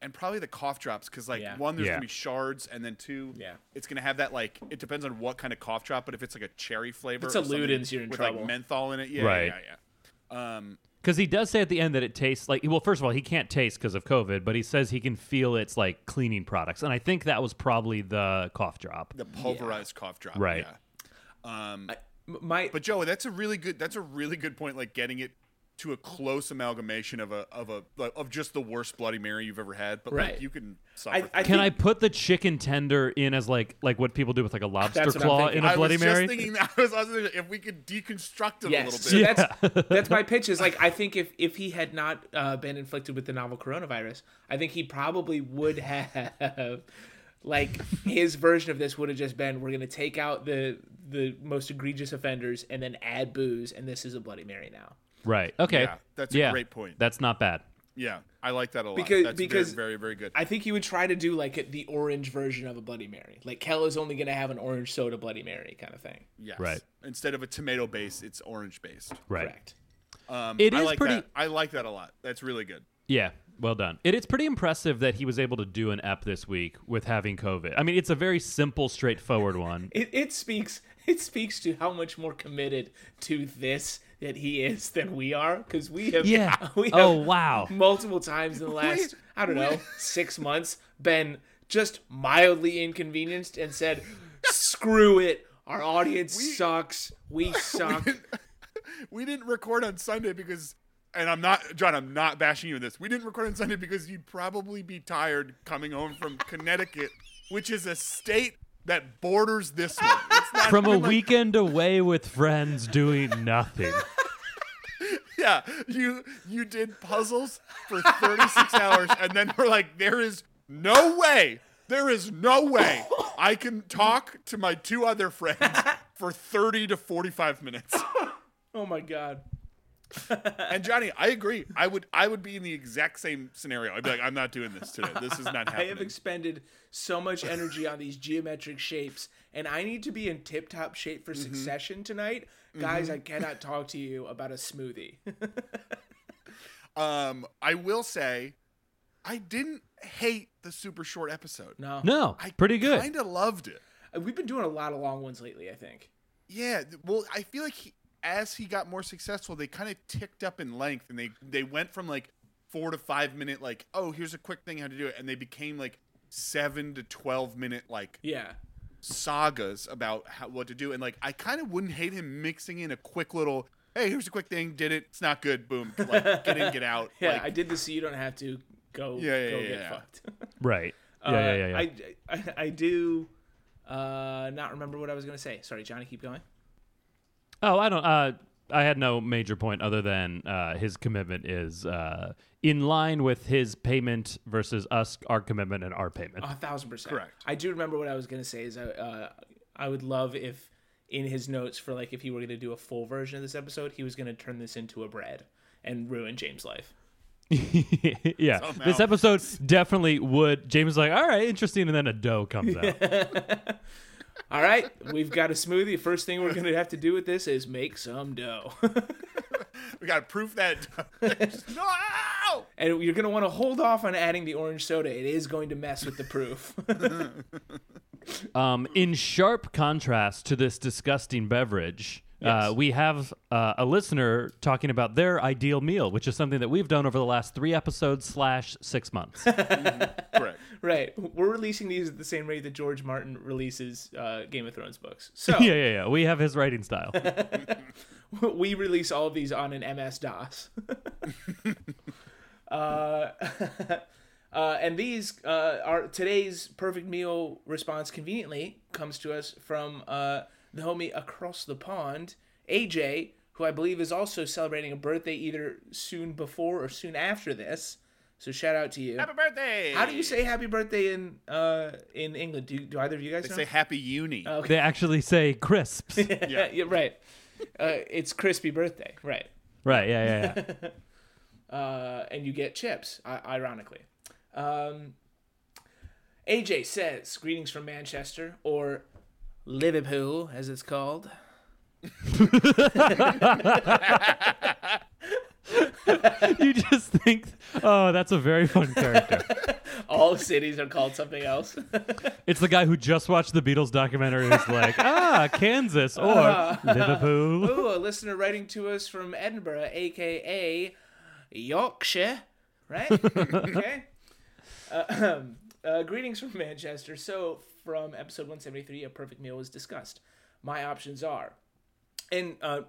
[SPEAKER 2] and probably the cough drops because like
[SPEAKER 3] Yeah.
[SPEAKER 2] one there's
[SPEAKER 1] Yeah.
[SPEAKER 2] gonna be shards and then two
[SPEAKER 3] Yeah.
[SPEAKER 2] it's gonna have that like it depends on what kind of cough drop but if it's like a cherry flavor
[SPEAKER 3] it's
[SPEAKER 2] or
[SPEAKER 3] a
[SPEAKER 2] something
[SPEAKER 3] Luden's, you're in
[SPEAKER 2] with
[SPEAKER 3] trouble.
[SPEAKER 2] like menthol in it yeah
[SPEAKER 1] Right.
[SPEAKER 2] yeah yeah um
[SPEAKER 1] Because he does say at the end that it tastes like, well, first of all, he can't taste because of COVID, but he says he can feel it's like cleaning products. And I think that was probably the cough drop.
[SPEAKER 2] the pulverized cough drop
[SPEAKER 1] Right.
[SPEAKER 2] yeah.
[SPEAKER 3] M- My
[SPEAKER 2] but Joe that's a really good that's a really good point like getting it to a close amalgamation of a of a like, of just the worst Bloody Mary you've ever had but
[SPEAKER 3] Right.
[SPEAKER 2] like you can suffer
[SPEAKER 3] I, I
[SPEAKER 1] Can I
[SPEAKER 3] think,
[SPEAKER 1] put the chicken tender in as like like what people do with like a lobster
[SPEAKER 3] That's what I'm
[SPEAKER 1] claw
[SPEAKER 3] thinking.
[SPEAKER 1] in a
[SPEAKER 2] I
[SPEAKER 1] Bloody
[SPEAKER 2] was
[SPEAKER 1] Mary?
[SPEAKER 2] just thinking that I was, I was thinking if we could deconstruct them a
[SPEAKER 3] Yes.
[SPEAKER 2] little
[SPEAKER 3] So
[SPEAKER 2] bit
[SPEAKER 3] that's that's my pitch. Is like I think if if he had not uh, been inflicted with the novel coronavirus, I think he probably would have. Like his version of this would have just been, we're gonna take out the the most egregious offenders and then add booze, and this is a Bloody Mary now.
[SPEAKER 1] right. Okay.
[SPEAKER 2] Yeah, that's a
[SPEAKER 1] Yeah.
[SPEAKER 2] great point.
[SPEAKER 1] That's not bad.
[SPEAKER 2] yeah I like that a lot
[SPEAKER 3] Because-
[SPEAKER 2] that's
[SPEAKER 3] because
[SPEAKER 2] very, very very good
[SPEAKER 3] I think he would try to do like the orange version of a Bloody Mary. Like Kel is only going to have an orange soda Bloody Mary kind of thing.
[SPEAKER 2] Yes.
[SPEAKER 1] Right.
[SPEAKER 2] Instead of a tomato base, it's orange based.
[SPEAKER 1] Right.
[SPEAKER 3] Correct.
[SPEAKER 2] Um,
[SPEAKER 1] It
[SPEAKER 2] I
[SPEAKER 1] is
[SPEAKER 2] like
[SPEAKER 1] pretty-
[SPEAKER 2] That. I like that a lot. That's really good.
[SPEAKER 1] Yeah. Well done. It, it's pretty impressive that he was able to do an ep this week with having COVID. I mean, it's a very simple, straightforward one.
[SPEAKER 3] It, it speaks it speaks to how much more committed to this that he is than we are because we have
[SPEAKER 1] Yeah.
[SPEAKER 3] we have
[SPEAKER 1] Oh, wow.
[SPEAKER 3] multiple times in the last I don't know six months been just mildly inconvenienced and said, "Screw it, our audience sucks, we suck."
[SPEAKER 2] we didn't record on Sunday because, and I'm not, John, I'm not bashing you in this. We didn't record on Sunday because you'd probably be tired coming home from Connecticut, which is a state that borders this one. It's not
[SPEAKER 1] From a
[SPEAKER 2] even like-
[SPEAKER 1] weekend away with friends doing nothing.
[SPEAKER 2] Yeah, you you did puzzles for 36 hours, and then we're like, there is no way, there is no way I can talk to my two other friends for 30 to 45 minutes.
[SPEAKER 3] oh my god.
[SPEAKER 2] And Johnny, I agree. I would I would be in the exact same scenario. I'd be like, I'm not doing this today. This is not
[SPEAKER 3] I
[SPEAKER 2] happening.
[SPEAKER 3] have expended so much energy on these geometric shapes, and I need to be in tip top shape for succession tonight. Guys, I cannot talk to you about a smoothie.
[SPEAKER 2] um, I will say, I didn't hate the super short episode.
[SPEAKER 3] no.
[SPEAKER 1] No,
[SPEAKER 2] I
[SPEAKER 1] pretty good.
[SPEAKER 2] Kind of loved it.
[SPEAKER 3] We've been doing a lot of long ones lately, I think.
[SPEAKER 2] Yeah. th- Well, I feel like he, as he got more successful, they kind of ticked up in length, and they they went from like four to five minute, like oh here's a quick thing how to do it, and they became like seven to twelve minute like
[SPEAKER 3] Yeah.
[SPEAKER 2] sagas about how, what to do and like i kind of wouldn't hate him mixing in a quick little hey here's a quick thing did it it's not good boom like get in get out
[SPEAKER 3] Yeah,
[SPEAKER 2] like,
[SPEAKER 3] I did this so you don't have to go,
[SPEAKER 2] Yeah, yeah,
[SPEAKER 3] go
[SPEAKER 2] yeah,
[SPEAKER 3] get
[SPEAKER 2] yeah.
[SPEAKER 3] fucked.
[SPEAKER 1] Right. Yeah, yeah, yeah. yeah.
[SPEAKER 3] Uh, I, I, I do uh, not remember what I was going to say. Sorry, Johnny, keep going.
[SPEAKER 1] Oh, I don't. Uh, I had no major point other than uh, his commitment is uh, in line with his payment versus us, our commitment and our payment.
[SPEAKER 3] A thousand percent.
[SPEAKER 2] Correct.
[SPEAKER 3] I do remember what I was gonna say is I uh, I would love if in his notes for like if he were gonna do a full version of this episode, he was gonna turn this into a bread and ruin James' life.
[SPEAKER 1] yeah, this episode definitely would. James is like, all right, interesting, and then a dough comes out.
[SPEAKER 3] All right, we've got a smoothie. First thing we're gonna have to do with this is make some dough,
[SPEAKER 2] we gotta proof that no
[SPEAKER 3] and you're gonna want to hold off on adding the orange soda. It is going to mess with the proof.
[SPEAKER 1] Um, in sharp contrast to this disgusting beverage. Uh, we have uh, a listener talking about their ideal meal, which is something that we've done over the last three episodes slash six months.
[SPEAKER 2] correct
[SPEAKER 3] right, we're releasing these at the same rate that George Martin releases uh, Game of Thrones books. So
[SPEAKER 1] yeah, yeah, yeah. We have his writing style.
[SPEAKER 3] we release all of these on an MS DOS. uh, uh, and these uh, are today's perfect meal response. Conveniently comes to us from uh, the homie across the pond, AJ, who I believe is also celebrating a birthday either soon before or soon after this. So shout out to you.
[SPEAKER 2] happy birthday
[SPEAKER 3] How do you say happy birthday in uh, in England? Do, do either of you guys
[SPEAKER 2] they
[SPEAKER 3] know?
[SPEAKER 2] say happy uni
[SPEAKER 1] They actually say crisps.
[SPEAKER 3] yeah. yeah, right. Uh, it's crispy birthday, right?
[SPEAKER 1] Right. Yeah. Yeah. yeah.
[SPEAKER 3] uh, and you get chips, i- ironically. Um, AJ says, greetings from Manchester, or Liverpool, as it's called.
[SPEAKER 1] you just think, oh, that's a very fun character.
[SPEAKER 3] All cities are called something else.
[SPEAKER 1] It's the guy who just watched the Beatles documentary who's like, ah, Kansas or Liverpool.
[SPEAKER 3] Ooh, a listener writing to us from Edinburgh, aka Yorkshire, right? okay. Uh, uh, greetings from Manchester. So, from episode 173, a perfect meal was discussed. My options are, and uh,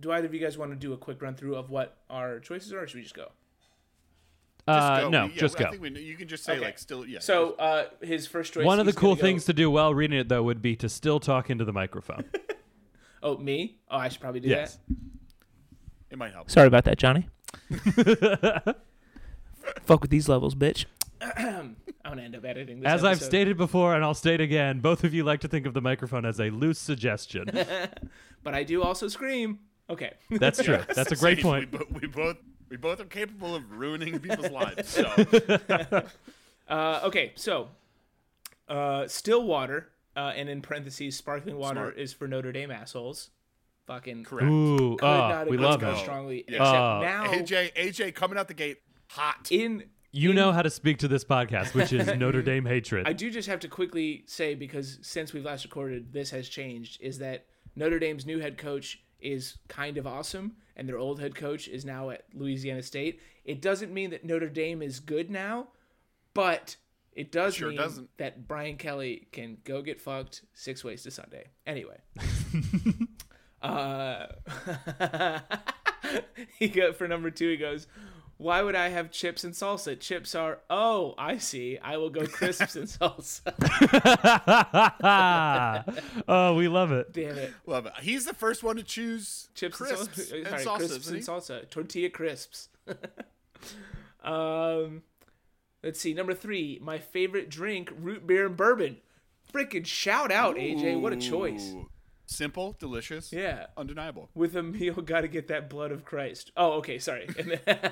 [SPEAKER 3] do either of you guys want to do a quick run through of what our choices are? Or should we just go?
[SPEAKER 1] Uh,
[SPEAKER 2] Go.
[SPEAKER 1] no,
[SPEAKER 2] Yeah,
[SPEAKER 1] just
[SPEAKER 2] I
[SPEAKER 1] go.
[SPEAKER 2] think we- you can just say
[SPEAKER 3] Okay.
[SPEAKER 2] like still yeah
[SPEAKER 3] So, uh, his first choice.
[SPEAKER 1] One of the
[SPEAKER 3] he's
[SPEAKER 1] cool
[SPEAKER 3] gonna go-
[SPEAKER 1] things to do while reading it, though, would be to still talk into the microphone.
[SPEAKER 3] Oh, me? Oh, I should probably do
[SPEAKER 1] Yes.
[SPEAKER 3] that.
[SPEAKER 2] it might help
[SPEAKER 3] Sorry about that, Johnny. Fuck with these levels, bitch. I'm gonna end up editing this.
[SPEAKER 1] As I've
[SPEAKER 3] episode.
[SPEAKER 1] stated before, and I'll state again, both of you like to think of the microphone as a loose suggestion.
[SPEAKER 3] but I do also scream. Okay.
[SPEAKER 1] That's true. That's a great
[SPEAKER 2] Safe.
[SPEAKER 1] point.
[SPEAKER 2] we, bo- we both we both are capable of ruining people's lives so
[SPEAKER 3] uh, okay, so uh, still water, uh, and in parentheses, sparkling water
[SPEAKER 2] Smart.
[SPEAKER 3] is for Notre Dame assholes. Fucking
[SPEAKER 2] correct
[SPEAKER 1] Ooh,
[SPEAKER 3] could
[SPEAKER 1] ah,
[SPEAKER 3] not
[SPEAKER 1] we
[SPEAKER 3] agree
[SPEAKER 1] love
[SPEAKER 3] more
[SPEAKER 1] it.
[SPEAKER 3] strongly.
[SPEAKER 2] Yeah.
[SPEAKER 3] Except
[SPEAKER 1] Oh.
[SPEAKER 3] now
[SPEAKER 2] aj aj coming out the gate hot
[SPEAKER 3] in
[SPEAKER 1] You know how to speak to this podcast, which is Notre Dame hatred.
[SPEAKER 3] I do just have to quickly say because since we've last recorded, this has changed. Is that Notre Dame's new head coach is kind of awesome, and their old head coach is now at Louisiana State. It doesn't mean that Notre Dame is good now, but it does
[SPEAKER 2] Sure
[SPEAKER 3] mean
[SPEAKER 2] doesn't.
[SPEAKER 3] that Brian Kelly can go get fucked six ways to Sunday. Anyway, uh, he go for number two. He goes, "Why would I have chips and salsa? Chips are oh, I see. I will go crisps and salsa.
[SPEAKER 1] oh, we love it.
[SPEAKER 3] Damn it,
[SPEAKER 2] Love it. He's the first one to choose
[SPEAKER 3] chips
[SPEAKER 2] crisps
[SPEAKER 3] and,
[SPEAKER 2] and
[SPEAKER 3] salsa. Sorry,
[SPEAKER 2] salsa.
[SPEAKER 3] crisps and
[SPEAKER 2] see?
[SPEAKER 3] salsa. Tortilla crisps." um, let's see. Number three, my favorite drink: root beer and bourbon. Freaking shout out, AJ! What a choice.
[SPEAKER 2] Ooh. Simple, delicious,
[SPEAKER 3] Yeah.
[SPEAKER 2] undeniable.
[SPEAKER 3] with a meal got to get that blood of christ oh okay sorry and then,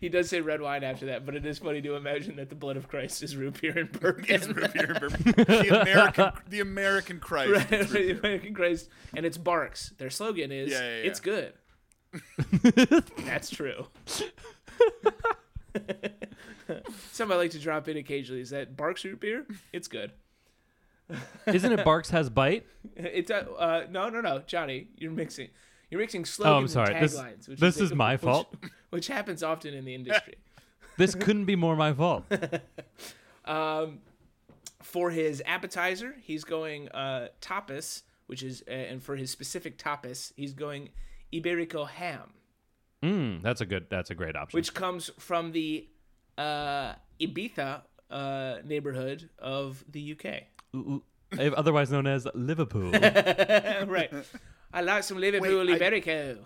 [SPEAKER 3] he does say red wine after that but it is funny to imagine that the blood of christ is root beer and
[SPEAKER 2] It's
[SPEAKER 3] bourbon
[SPEAKER 2] root beer and bourbon. the American, the American Christ. is root beer.
[SPEAKER 3] American Christ, and it's Barks. Their slogan is
[SPEAKER 2] Yeah, yeah, yeah.
[SPEAKER 3] "It's good." That's true. Something I like to drop in occasionally is that Barks root beer. It's good.
[SPEAKER 1] Isn't it Barks has bite?
[SPEAKER 3] It's uh, uh no no no Johnny, you're mixing you're mixing
[SPEAKER 1] Oh, I'm
[SPEAKER 3] slogans
[SPEAKER 1] sorry.
[SPEAKER 3] and
[SPEAKER 1] This,
[SPEAKER 3] taglines. which
[SPEAKER 1] this
[SPEAKER 3] is
[SPEAKER 1] is my
[SPEAKER 3] which-
[SPEAKER 1] fault.
[SPEAKER 3] which happens often in the industry.
[SPEAKER 1] This couldn't be more my fault.
[SPEAKER 3] for his appetizer, he's going uh, tapas, which is, uh, and for his specific tapas, he's going Iberico ham,
[SPEAKER 1] Mm, that's a good. That's a great option.
[SPEAKER 3] which comes from the uh, Ibiza uh, neighborhood of the UK.
[SPEAKER 1] otherwise known as Liverpool.
[SPEAKER 3] right. I like some Liverpool
[SPEAKER 2] Oh, Wait, I-
[SPEAKER 3] Iberico.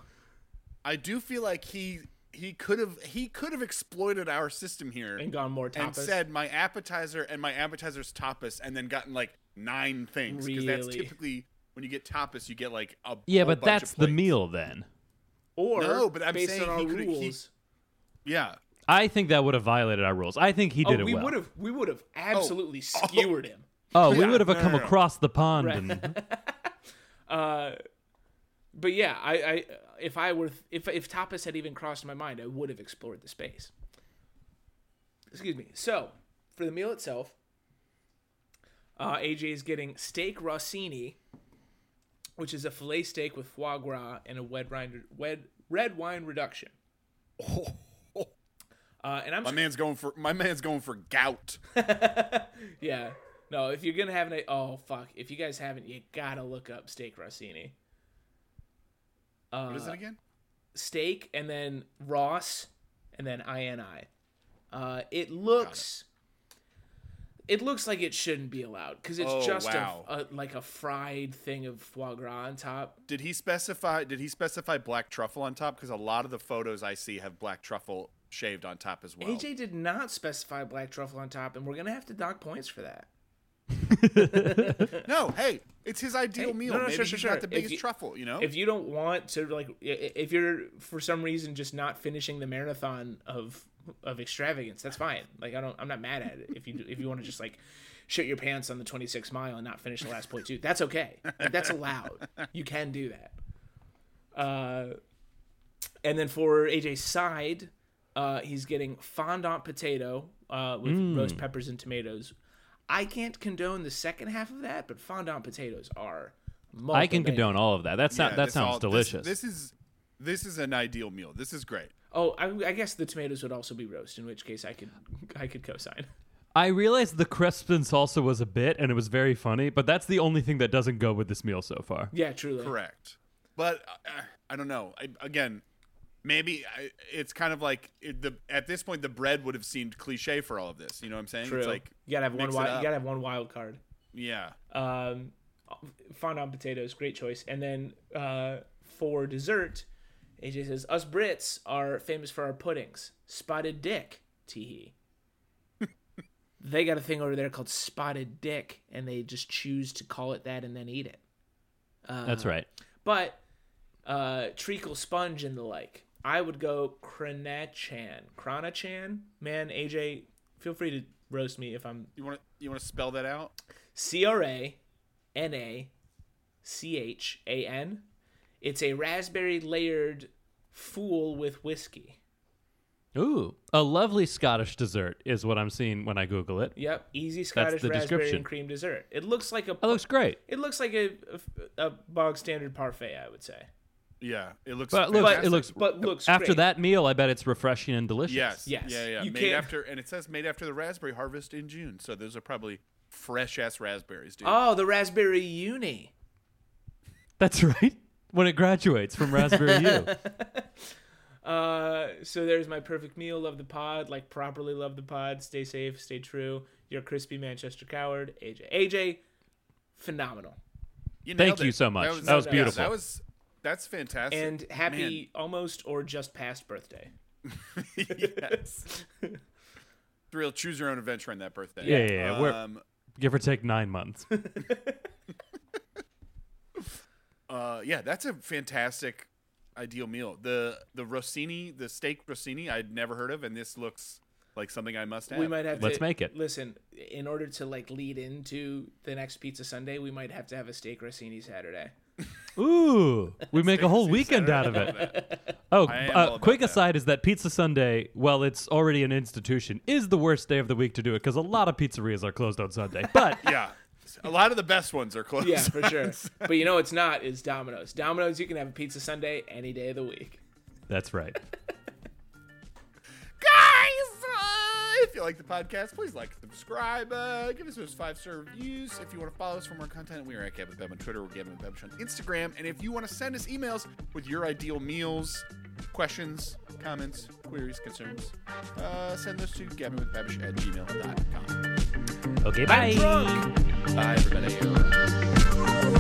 [SPEAKER 2] I do feel like he he could have he could have exploited our system here
[SPEAKER 3] And gone more
[SPEAKER 2] and
[SPEAKER 3] tapas.
[SPEAKER 2] said my appetizer and my appetizer's tapas and then gotten like nine things because that's
[SPEAKER 3] Really?
[SPEAKER 2] typically when you get tapas you get like a
[SPEAKER 1] yeah,
[SPEAKER 2] whole
[SPEAKER 1] but
[SPEAKER 2] bunch of
[SPEAKER 1] that's the
[SPEAKER 2] plates.
[SPEAKER 1] meal then.
[SPEAKER 3] or,
[SPEAKER 2] No, but I'm
[SPEAKER 3] based
[SPEAKER 2] saying
[SPEAKER 3] on our
[SPEAKER 2] he could've- he-
[SPEAKER 3] rules,
[SPEAKER 2] Yeah,
[SPEAKER 1] I think that would have violated our rules. I think he did
[SPEAKER 3] oh,
[SPEAKER 1] it
[SPEAKER 3] we
[SPEAKER 1] well.
[SPEAKER 3] would have, we would have absolutely skewered him.
[SPEAKER 1] Oh, we
[SPEAKER 2] Yeah,
[SPEAKER 1] would have
[SPEAKER 2] no,
[SPEAKER 1] come
[SPEAKER 2] no, no.
[SPEAKER 1] across the pond. And,
[SPEAKER 3] But yeah, I, I if I were if if tapas had even crossed my mind, I would have explored the space. Excuse me. So for the meal itself, uh, AJ is getting steak rossini, which is a fillet steak with foie gras and a red wine red, red wine reduction. Uh, and I'm
[SPEAKER 2] my man's going for my man's going for gout.
[SPEAKER 3] yeah no if you're gonna have an oh fuck if you guys haven't you gotta look up steak rossini Uh,
[SPEAKER 2] what is it again?
[SPEAKER 3] steak and then Ross and then INI. Uh, it looks it. looks like it shouldn't be allowed because it's
[SPEAKER 2] Oh,
[SPEAKER 3] just
[SPEAKER 2] wow.
[SPEAKER 3] a, a like a fried thing of foie gras on top.
[SPEAKER 2] Did he specify? Did he specify black truffle on top? Because a lot of the photos I see have black truffle shaved on top as well.
[SPEAKER 3] AJ did not specify black truffle on top, and we're gonna have to dock points for that.
[SPEAKER 2] No, hey, it's his ideal
[SPEAKER 3] Hey,
[SPEAKER 2] meal.
[SPEAKER 3] no, no,
[SPEAKER 2] Maybe
[SPEAKER 3] sure,
[SPEAKER 2] he's
[SPEAKER 3] sure, sure.
[SPEAKER 2] not the
[SPEAKER 3] If
[SPEAKER 2] biggest
[SPEAKER 3] you-
[SPEAKER 2] truffle, you know.
[SPEAKER 3] If you don't want to like, i- i- if you're for some reason just not finishing the marathon of of extravagance, that's fine. Like I don't, I'm not mad at it. If you do- if you want to just like shit your pants on the 26 mile and not finish the last point two, that's okay. Like, that's allowed. You can do that. Uh, and then for AJ's side, uh, he's getting fondant potato uh, with
[SPEAKER 1] Mm.
[SPEAKER 3] roast peppers and tomatoes. I can't condone the second half of that, but fondant potatoes
[SPEAKER 1] I
[SPEAKER 3] are.
[SPEAKER 1] can
[SPEAKER 3] multiple things.
[SPEAKER 1] condone all of that. That, sound,
[SPEAKER 2] Yeah,
[SPEAKER 1] that
[SPEAKER 2] this
[SPEAKER 1] sounds
[SPEAKER 2] all- this-
[SPEAKER 1] delicious.
[SPEAKER 2] This, is this is an ideal meal. This is great.
[SPEAKER 3] Oh, I, I guess the tomatoes would also be roast, in which case I could I could co-sign.
[SPEAKER 1] I realized the crisps and salsa was a bit, and it was very funny, but that's the only thing that doesn't go with this meal so far.
[SPEAKER 3] Yeah, truly.
[SPEAKER 2] Correct. But uh, I don't know. I, again, maybe I, it's kind of like it, the at this point the bread would have seemed cliche for all of this. You know what I'm saying?
[SPEAKER 3] True.
[SPEAKER 2] It's like
[SPEAKER 3] you gotta have one
[SPEAKER 2] mix it
[SPEAKER 3] wild.
[SPEAKER 2] up.
[SPEAKER 3] You gotta have one wild card.
[SPEAKER 2] yeah.
[SPEAKER 3] Um, fondant potatoes, great choice. And then uh, for dessert, AJ says us Brits are famous for our puddings. Spotted dick, teehee. they got a thing over there called spotted dick, and they just choose to call it that and then eat it.
[SPEAKER 1] that's right.
[SPEAKER 3] but uh, treacle sponge and the like. I would go Kranachan. Kranachan? Man, AJ, feel free to roast me if I'm
[SPEAKER 2] You want to you want to spell that out?
[SPEAKER 3] C R A N A C H A N. It's a raspberry layered fool with whiskey.
[SPEAKER 1] Ooh, a lovely Scottish dessert is what I'm seeing when I Google it.
[SPEAKER 3] Yep, easy Scottish
[SPEAKER 1] the
[SPEAKER 3] raspberry
[SPEAKER 1] description.
[SPEAKER 3] and cream dessert. It looks like a
[SPEAKER 1] That looks great.
[SPEAKER 3] it looks like a, a, a bog standard parfait, I would say.
[SPEAKER 2] Yeah, it looks.
[SPEAKER 1] But it looks,
[SPEAKER 2] fantastic.
[SPEAKER 1] it looks.
[SPEAKER 3] but looks
[SPEAKER 1] after
[SPEAKER 3] great.
[SPEAKER 1] that meal, I bet it's refreshing and delicious.
[SPEAKER 2] Yes.
[SPEAKER 3] Yes.
[SPEAKER 2] Yeah, yeah.
[SPEAKER 3] You
[SPEAKER 2] made
[SPEAKER 3] can't-
[SPEAKER 2] after, and it says made after the raspberry harvest in June. So those are probably fresh ass raspberries, dude.
[SPEAKER 3] Oh, the raspberry uni.
[SPEAKER 1] that's right. When it graduates from Raspberry U,
[SPEAKER 3] Uh, so there's my perfect meal. Love the pod. Like properly love the pod. Stay safe. Stay true. Your crispy Manchester coward, AJ. AJ, phenomenal.
[SPEAKER 2] You
[SPEAKER 1] Thank
[SPEAKER 2] nailed
[SPEAKER 1] you
[SPEAKER 2] it.
[SPEAKER 1] so much. That was
[SPEAKER 2] yeah,
[SPEAKER 1] beautiful.
[SPEAKER 2] that was that's fantastic.
[SPEAKER 3] And happy almost or just past birthday.
[SPEAKER 2] Man, yes. Real choose your own adventure on that birthday.
[SPEAKER 1] yeah, yeah, yeah. We're-
[SPEAKER 2] Um,
[SPEAKER 1] give or take nine months.
[SPEAKER 2] uh, yeah, that's a fantastic ideal meal. The the rossini, the steak rossini, I'd never heard of, and this looks like something I must have.
[SPEAKER 3] We might have
[SPEAKER 1] Let's
[SPEAKER 3] to
[SPEAKER 1] make it.
[SPEAKER 3] Listen, in order to like lead into the next pizza Sunday, we might have to have a steak Rossini Saturday.
[SPEAKER 1] Ooh, we make a whole
[SPEAKER 2] Steak
[SPEAKER 1] weekend out of
[SPEAKER 2] Saturday.
[SPEAKER 1] it. Oh,
[SPEAKER 2] I am all
[SPEAKER 1] uh,
[SPEAKER 2] about
[SPEAKER 1] quick
[SPEAKER 2] that.
[SPEAKER 1] aside is that Pizza Sunday, while it's already an institution, is the worst day of the week to do it because a lot of pizzerias are closed on Sunday. But
[SPEAKER 2] yeah, a lot of the best ones are closed.
[SPEAKER 3] Yeah, for sure. but you know it's not is Domino's. Domino's, you can have a pizza Sunday any day of the week.
[SPEAKER 1] that's right.
[SPEAKER 2] guys uh, if you like the podcast please like subscribe uh, give us those five star reviews if you want to follow us for more content we are at gavin Bev on twitter we're gavin Bebish on instagram and if you want to send us emails with your ideal meals questions comments queries concerns uh, send those to gavin at gmail.com
[SPEAKER 1] Okay,
[SPEAKER 3] I'm drunk.
[SPEAKER 2] bye everybody